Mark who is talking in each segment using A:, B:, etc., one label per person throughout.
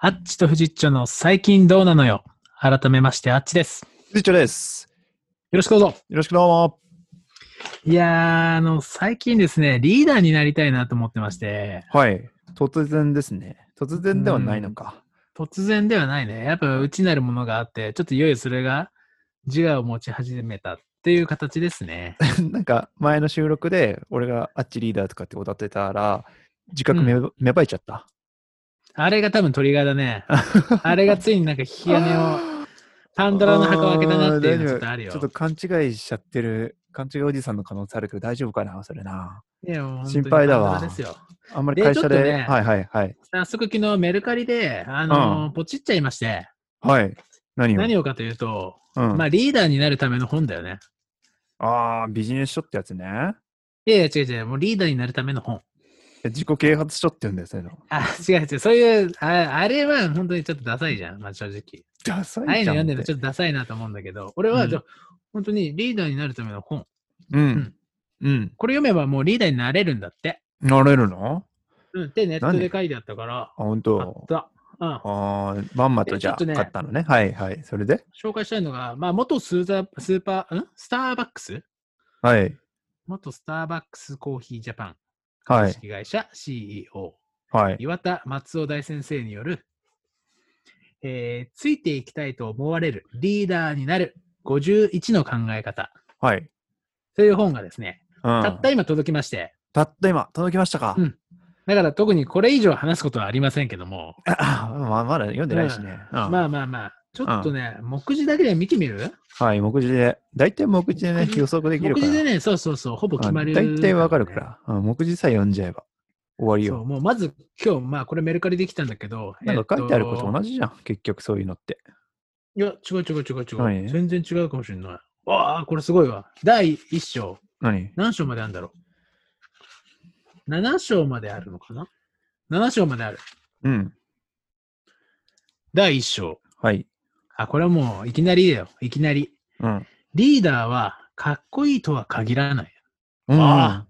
A: あっちとフジッチョの最近どうなのよ。改めまして、あっちです。よ
B: スイッチョです。
A: ろしくどうぞ。
B: よろしくどうも。
A: いやー、あの、最近ですね、リーダーになりたいなと思ってまして、
B: はい。突然ですね。突然ではないのか。
A: 突然ではないね。やっぱ内なるものがあって、ちょっといよいよそれが自我を持ち始めたっていう形です ね。
B: なんか、前の収録で、俺があっちリーダーとかって歌ってたら、自覚め,、芽生えちゃった。
A: あれが多分トリガーだね。あれがついになんか引き金 を、パンドラの箱を開けたなっていうのはちょっとあるよ。
B: ちょっと勘違いしちゃってる、勘違いおじさんの可能性あるけど、大丈夫かな、それな。
A: いやもう本当に
B: 心配だわ
A: パンドラですよ
B: あんまり
A: で
B: 会社
A: ちょっ
B: で。
A: とね
B: はいはいはい。
A: 早速昨日メルカリで、あのーポチっちゃいまして、
B: はい。何を
A: 何をかというと、
B: うん、
A: まあリーダーになるための本だよね。
B: ああ、ビジネス書ってやつね。
A: いやいや違う違う、もうリーダーになるための本。
B: 自己啓発書って言うんだよ、そういうの。
A: あ、違う違う、そういう、ああれは本当にちょっとダサいじゃん、まあ正直。
B: ダサい
A: ああいう
B: じ
A: の
B: ゃん
A: 読んで
B: っ
A: るのち
B: て
A: ょっとダサいなと思うんだけど、俺は、
B: うん
A: じゃあ本当にリーダーになるための本。
B: うん。うん。
A: これ読めばもうリーダーになれるんだって。
B: なれるの
A: うん、で、ネット
B: 何
A: で書いてあったから
B: あ、、本
A: あっ
B: 当。
A: た。うん、
B: ああ、まんまと
A: で
B: じゃ
A: ちょ
B: あ、
A: っとね
B: 買ったのね。はいはい。それで
A: 紹介したいのが、まあ、元スーザースーパー、んスターバックス
B: はい。
A: 元スターバックスコーヒージャパン
B: は
A: 株
B: い。
A: 式会社 CEO、
B: はい。
A: 岩田松尾大先生による、えーついていきたいと思われるリーダーになる51の考え方
B: はい。
A: という本がですね、
B: うん
A: たった今届きまして、
B: たった今、届きましたか
A: うんだから特にこれ以上話すことはありませんけども、
B: あ まあまだ読んでないしね。うん
A: まあまあまあ、ちょっとね、目次だけで見てみる
B: はい。目次で、大体目次で
A: 目
B: ね、
A: 次
B: 予測でき
A: 目
B: るから。
A: 次でね、そうそうそう、ほぼ決まる、
B: うん大体わかるから。うん目次さえ読んじゃえば終わり
A: そう、
B: よ。
A: もうまず今日、まあこれメルカリできたんだけど、
B: なんか書いてあること
A: な
B: 同じじゃん。結局そういうのって。
A: いや、違う違う違う違う。
B: 何
A: 全然違うかもしれない。わあ、これすごいわ。第1章、
B: 何
A: 何章まであるんだろう。7章まであるのかな ?7 章まである。
B: うん。
A: 第1章。
B: はい。
A: あ、これはもういきなりだよ。いきなり。
B: うん。
A: リーダーはかっこいいとは限らない。
B: うん
A: あ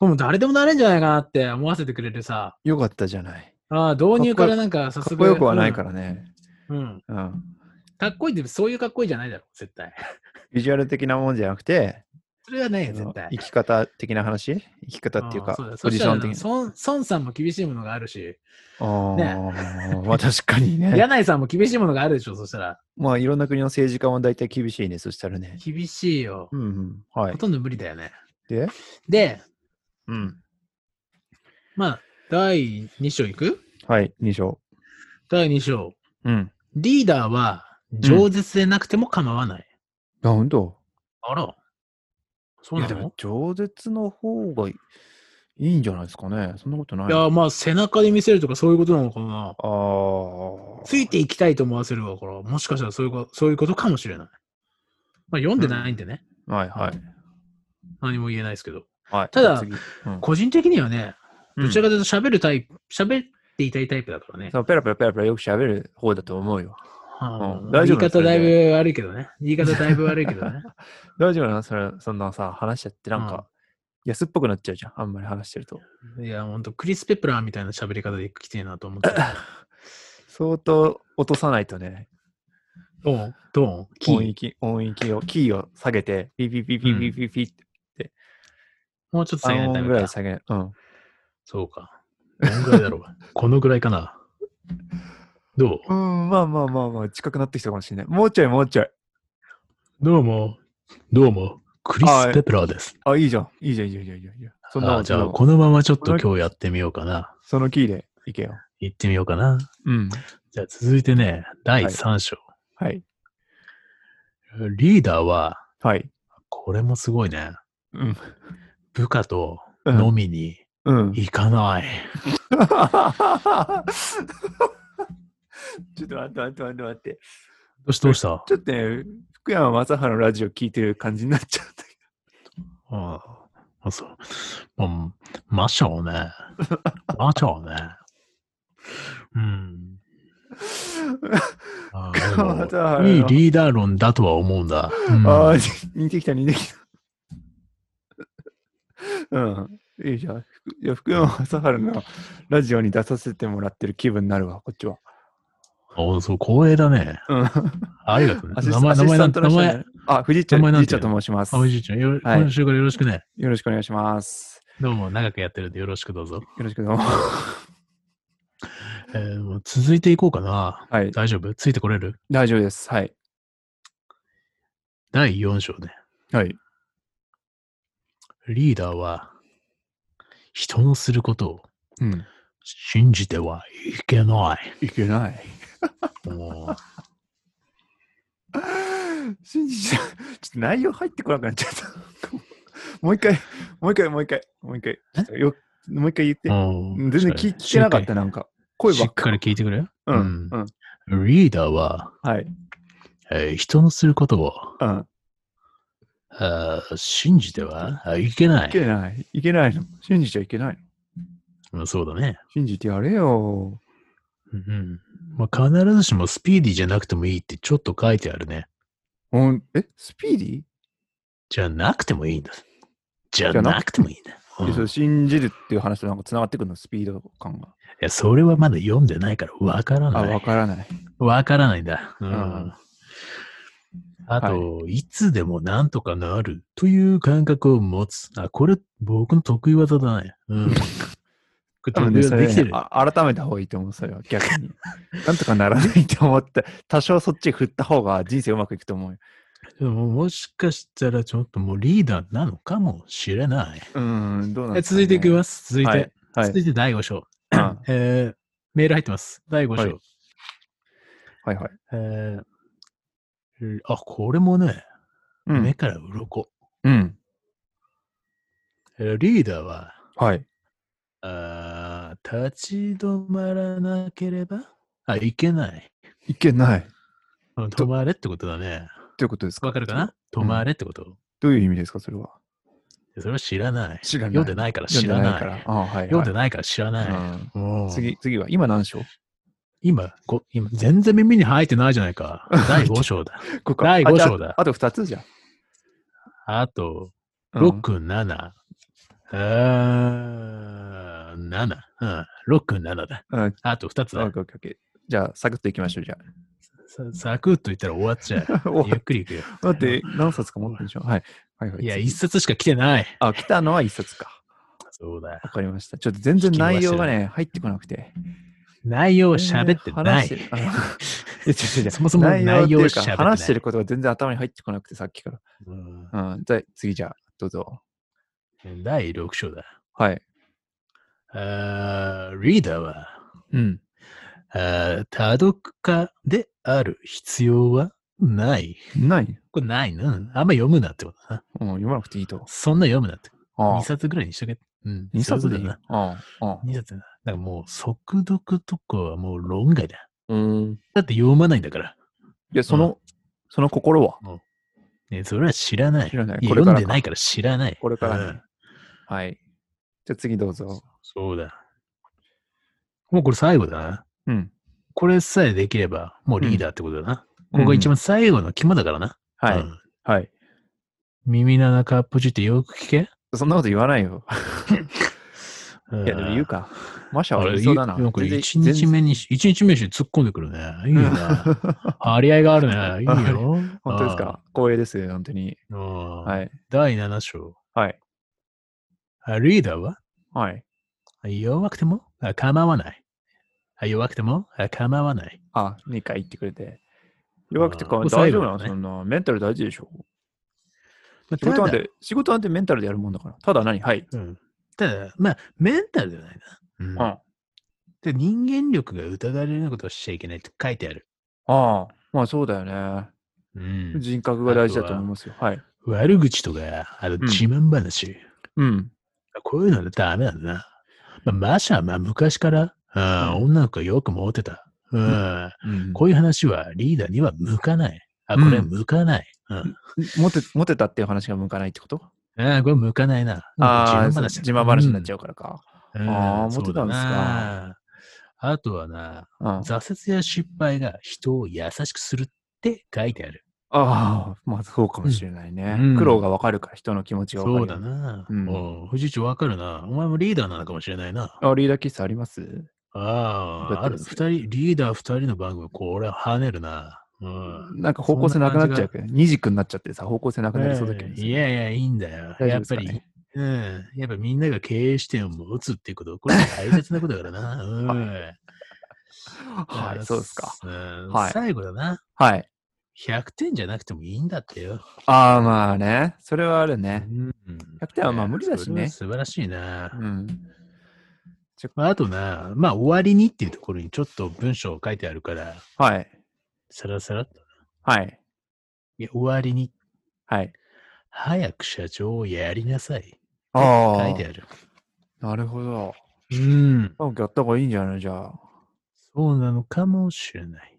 A: これもう誰でもなれんじゃないかなって思わせてくれるさ。
B: よかったじゃない。
A: ああ、導入からなんか早
B: か
A: 速。
B: っこよくはないからね。
A: うん。うん。
B: うん。
A: かっこいいってそういうかっこいいじゃないだろ、絶対。
B: ビジュアル的なもんじゃなくて、
A: それはないよ、
B: そ
A: 絶
B: の
A: 対
B: 生。き方的な話生き方っていう
A: あ
B: か
A: あそだ、
B: ポ
A: そ
B: ジ
A: し
B: シ
A: たら
B: ョン
A: な
B: 的な。
A: 孫孫さんも厳しいものがあるし、
B: ああ、
A: ね
B: まあ確かにね。
A: 柳井さんも厳しいものがあるでしょ、そしたら。
B: まあいろんな国の政治家も大体厳しいね、そしたらね。
A: 厳しいよ
B: う。ん、うん。はい
A: ほ。とんど無理だよね。
B: で、
A: で、
B: うん。
A: まあ、第2章いく
B: はい、2章。
A: 第2章。
B: うん。
A: リーダーは、饒舌でなくても構わない。
B: あ、本当
A: あら。そ
B: いう
A: な
B: や、
A: の
B: でも、饒舌の方がいいいいんじゃないですかね。そんなことない
A: いや、まあ、背中で見せるとかそういうことなのかな。
B: あー
A: ついていきたいと思わせるわから、もしかしたらそういうことそういうことかもしれない。まあ、読んでないんでね。
B: はいはい。
A: 何も言えないですけど。
B: はい、
A: ただ
B: 次、うん
A: 個人的にはね、
B: うん
A: どちらかというと喋るタイプ、喋っていたいタイプだからね。
B: そうペラペラペラペラよく喋る方だと思うよ。
A: はあ
B: うん大丈夫
A: 言い
B: そ
A: 方
B: れ
A: だい
B: で
A: ぶ悪いけどね。言い方だいぶ悪いけど ね。
B: 大丈夫なのそれそんなさ、話しちゃってなん
A: うん
B: か、安っぽくなっちゃうじゃん。あんまり話してると。
A: いや、ほんと、クリス・ペプラーみたいな喋り方で来てえなと思ってる。
B: 相当落とさないとね、
A: ドン、ドン、キ
B: 音
A: ー。
B: 域、音域を、キーを下げて、ピピピピピピピって、
A: もうちょっと下げない
B: 3
A: とダ
B: 音
A: メ
B: ぐら
A: か
B: い下げ、うん。
A: そうか。どんぐらいだろ う。このぐらいかな。どう
B: うん、まあまあまあまあ、近くなってきたかもしれない。もうちょいもうちょい。
A: どうも、どうも、クリス・ペプラーです。
B: あ、いいじゃん。いいじゃん、いいじゃん、いいじゃんいいじゃん。いいじゃんそんな
A: あ
B: の
A: じゃ
B: そ
A: あ、
B: んなの
A: このままちょっと今日やってみようかな。
B: そのキーでいけよ。
A: 行ってみようかな。
B: うん。
A: じゃあ、続いてね、第3章。
B: はい。
A: リーダーは、
B: はい。
A: これもすごいね。
B: うん。
A: 部下と
B: う
A: 飲
B: ん。
A: みに
B: うん、
A: 行かない。
B: ちょっと待って待って待って待って。
A: どうしたどうした
B: ちょっとね、福山雅治のラジオ聞いてる感じになっちゃったけ
A: ああ、そう。まあ、ましょうね。ましょうね。うん。ああでも
B: またあれだ
A: いいリーダー論だとは思うんだ。うん
B: ど。ああ、 似てきた似てきた。うん。いいじゃん。ふくいや福山雅治のラジオに出させてもらってる気分になるわ、こっちは。
A: おそう、光栄だね。
B: うん。
A: ありがとうね。
B: アシ
A: 名
B: ス
A: 前、名
B: アシス
A: 前
B: タ
A: な
B: ン
A: ん
B: ト
A: て、
B: の
A: 名
B: 人
A: 前、
B: ねあ、藤井ちゃん、
A: 名前なん
B: 藤井
A: て
B: ちゃんと申します。
A: あお
B: よ
A: じいちゃん、よろ、
B: はい
A: 今週からよろしくね。
B: ろしくお願いします。
A: どうも、長くやってるんでよろしくどうぞ。
B: よろしくどうも。
A: えーもう続いていこうかな。
B: はい。
A: 大丈夫ついてこれる
B: 大丈夫です。はい。
A: 第4章ね。
B: はい。
A: リーダーは、人のすることを
B: うん。
A: 信じてはいけない。
B: いけ ない。
A: も う
B: 信じちゃう。ちょっと内容入ってこなくなっちゃった。もう一回、もう一回、もう一回、もう一回。ちょっとよもう一回言って。
A: う
B: 全
A: ん
B: 然聞聞けなかった、なんか。声
A: し
B: ば
A: っ
B: っ
A: か
B: か
A: り
B: り。
A: 聞いてくれよ。
B: うん。うん。
A: リーダーは、
B: はい。
A: えー人のすることを
B: うん。
A: あー信じてはいけないい。
B: けない。いけないの。信じちゃいけないの。
A: まあそうだね。
B: 信じてやれよ。
A: うんまあ、必ずしもスピーディーじゃなくてもいいってちょっと書いてあるね。
B: ほんえ、スピーディー
A: じゃなくてもいいんだ。じゃ
B: じゃな
A: なくてもいいんだ。うん
B: でそ
A: い
B: れ信じるっていう話となんか繋がってくるの、スピード感が。
A: やそれはまだ読んでないからわから
B: あ、
A: な
B: わ
A: い。
B: からない。
A: わからないんだ。うん
B: うん
A: あと、い、つでもなんとかなるという感覚を持つ。あ、これ僕の得意技だね。 うん。これ
B: 多
A: 得
B: 分
A: 意
B: ね、そ
A: 技
B: れ
A: できて
B: ね
A: る。
B: あ改めた方がいいと思う、それは逆に。なんとかならないと思って、多少そっち振った方が人生うまくいくと思うよ。
A: でももしかしたらちょっともうリーダーなのかもしれない。
B: うーん、どうなん
A: え
B: ですか、
A: 続いていきます。続いて。
B: はい。はい
A: 続いて第5章。
B: うん
A: えーメール入ってます。第5章。
B: はいはいはい。
A: えーあ、これもね、
B: う
A: 目
B: ん。
A: から鱗、
B: うん。
A: えーリーダーは
B: はい。
A: あー、立ち止まらなければあいけない。
B: いけない。
A: うん止まれってことだね。
B: ということですか
A: わかるかな止まれってこと。
B: どういう意味ですか、それは。
A: それは知らない。
B: 知らない
A: 読んでないから知らない。
B: 読んでないから。あはい、はい。
A: 読んでないから知らない。
B: うん
A: うん
B: 次、次は、今何章
A: 今、こ今全然耳に入ってないじゃないか。 第5章だ。
B: ここか
A: 第
B: あ
A: 五
B: じゃあ
A: 章だ
B: あと2つじゃん。
A: あと、
B: うん
A: 6、7。あー7。うん。6、7だ。
B: うん。オッ
A: あと2つ
B: ケー
A: だ
B: オッ。ケーオッケー。じゃあ、サクッといきましょう、じゃ
A: さサクッと言ったら終わっち ゃう。
B: あ。お
A: ゆっくりいくよ。
B: だって、何冊か持ってるでしょはい。はいはい。
A: いや、
B: 次
A: 1冊しか来てない。
B: あ、来たのは1冊か。
A: そうだ。
B: わかりました。ちょっと全然内容がね、入ってこなくて。
A: 内容を喋ってな
B: 話
A: い
B: し て。るあのいや違う違う違 う
A: そもそも内容を
B: っ
A: 喋
B: ていう
A: って
B: か
A: ない
B: 話してることが全然頭に入ってこなくて、さっきか
A: うん
B: ら。うん。じゃあ次じゃあ、どうぞ。
A: 第6章だ。
B: はい。
A: あーリーダーは、
B: うん。
A: あー多読家である必要はない。
B: ない
A: これないな。うんあんま読むなってことだな。
B: うん、読まなくていいと。
A: そんな読むなって。
B: あ
A: 2冊ぐらいにしとけ。うん。
B: 2冊でいい
A: そういうこ
B: な。ああああ
A: とだな。2冊だな。だからもう、速読とかはもう論外だ。
B: うん。い
A: だって読まないんだから。
B: や、その、その心は
A: ね、それは知らない。
B: 知らない
A: や
B: これ
A: 読
B: から
A: ん
B: か
A: でないから知らない。
B: これからね
A: うん
B: はい。じゃあ次どうぞ。
A: そうだ。もうこれ最後だな。
B: うん。
A: これさえできれば、もうリーダーってことだな。ここが一番最後の肝だからな。
B: は
A: う
B: い。
A: ん
B: はい。
A: 耳の中プチってよく聞け。
B: そんなこと言わな いよ。
A: うん
B: いや、でも言うか。マシャは
A: あ
B: 言
A: れ、
B: いそうだな。
A: なんか
B: 全然
A: 一日目にし、一日目にして突っ込んでく るね。いいな。張り合いがあるね。いいよ。
B: 本当ですか光栄です、本当に。
A: あー。は
B: はい。
A: 第7章。
B: はい。
A: あリーダーは
B: はい。
A: 弱くてもあ構わない。あ弱くてもあ構わない。
B: あ、2回言ってくれて。弱くてか
A: もう
B: 大
A: 最
B: 丈
A: 後
B: 夫なの、
A: だね
B: そんな。メンタル大事でしょ。
A: まあ
B: 仕事なん
A: ただ
B: て、仕事なんてメンタルでやるもんだから。ただ何はい。
A: うん、ただ、まあ、メンタルではないな。
B: うん。
A: で人間力が疑われるようなことをしちゃいけないって書いてある。
B: ああ、まあそうだよね。
A: うん、
B: 人格が大事だと思いますよ。はい。
A: 悪口とか、あの
B: ん
A: 自慢話、
B: うん。
A: こういうのはダメなんだな。まあ、マシャはまあ昔から、あー女の子がよくモテた、うん
B: うん
A: こういう話はリーダーには向かない。あ、これは向かない。うん
B: モテモテたっていう話が向かないってこと
A: あーこれ向かないな。
B: ああ、自慢話になっち
A: ゃ
B: ゃうからか。
A: うん。う
B: あー
A: ん
B: モテたんですか。
A: そうだなあとはな、
B: うん、あ
A: 挫折や失敗が人を優しくするって書いてある。
B: あ、まあそうかもしれないね。
A: うん
B: 苦労がわかるから人の気持ちがわかる。
A: そうだ。な。
B: うん
A: おう藤井ちわかるな。お前もリーダーなのかもしれないな。
B: あ、リーダーキスあります
A: あ
B: だって
A: あ、ある。二人、リーダー二人の番組、これは跳ねるな。うん。
B: なんか方向性なくなっちゃうけど、二軸になっちゃってさ、方向性なくなりそうだけど、
A: いやいや、いいんだよ。
B: 大丈
A: や
B: 夫
A: っぱ
B: ですかね
A: り、うん。やっぱみんなが経営視点を持つっていうこと、これは大切なことだから な。うん。
B: はい、そうですか。
A: うん。
B: はい
A: 最後だな。
B: はい。
A: 100点じゃなくてもいいんだってよ。
B: ああ、まあね。それはあるね。
A: うん。
B: 100点はまあ無理だしね
A: それは素晴らしいな
B: う。ん。
A: まあ、あとな、まあ、終わりにっていうところにちょっと文章書いてあるから、
B: はい。
A: さらさらっと。
B: はい。
A: いや、終わりに、
B: はい。
A: 早く社長をやりなさい。
B: あ
A: 書いて
B: あ
A: ある。、
B: なるほど。
A: うん。
B: なんかやった方がいいんじゃないじゃあ。
A: そうなのかもしれない。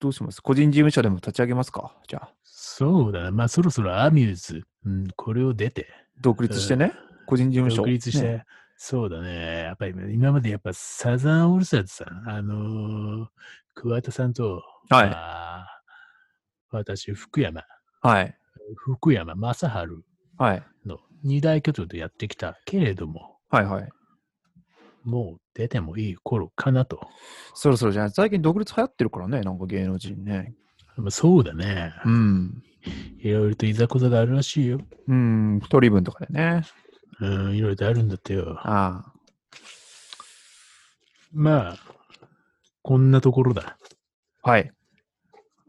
B: どうします個人事務所でも立ち上げますかじゃあ。
A: そうだな。まあ、そろそろアミューズ。うん、これを出て。
B: 独立してね。個人事務所。
A: 独立して。
B: ね。
A: そうだね。やっぱり今までやっぱサザンオールスターズさん、あのー桑田さんと、
B: はい。
A: あー私、福山、
B: はい。
A: 福山雅治
B: はい。
A: の二大巨頭でやってきたけれども、
B: はい。はい。
A: もう出てもいい頃かなと。
B: そろそろじゃない最近独立流行ってるからね。なんか芸能人ね。
A: まあ、そうだね。
B: うん。
A: いろいろといざこざがあるらしいよ。
B: うん。一人分とかでね。
A: うん、いろいろとあるんだってよ。
B: ああ。
A: まあ、こんなところだ。
B: はい。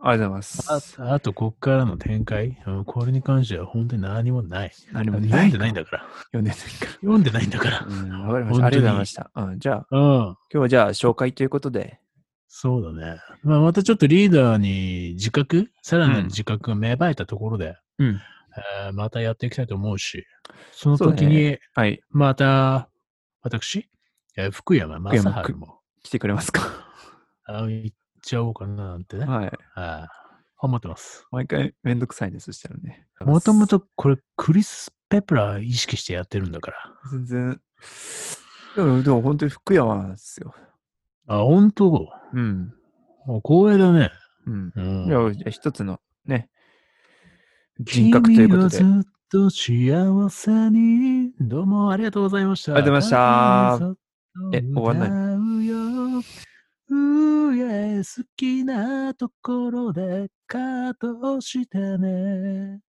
B: ありがとうございます。
A: ああと、こっからの展開、うんこれに関しては本当に何もない。
B: 何も
A: 読んでないんだから。
B: 読んでないか
A: 読んでないんだから
B: ら。。うん。わかりま
A: 本当
B: した。
A: に
B: ありがとうございました。うん。じゃあ、
A: うん。
B: 今日はじゃあ紹介ということで。
A: そうだね。まあ、またちょっとリーダーに自覚、さらな
B: う
A: る
B: ん
A: 自覚が芽生えたところで、
B: うん。
A: えーまたやっていきたいと思うし、その
B: そうだね
A: 時に、
B: はい。
A: また、私、えー福山雅治も、
B: 来てくれますか。
A: あの行っちゃおうかななんてね、
B: はい。
A: あー思ってます。
B: 毎回めんどくさいね、そしたらね。
A: もともとこれクリス・ペプラー意識してやってるんだから。
B: 全然。でも、でも本当に福山なんですよ。
A: あ、本当
B: うん。
A: もう光栄だね。
B: うん。
A: うん
B: いや、じゃあ一つのね、人格ということで。
A: 君がずっと幸せに。どうもありがとうございました。
B: ありがとうございました
A: した
B: え終わんないう
A: よ。うえ好きなところでカットしてね。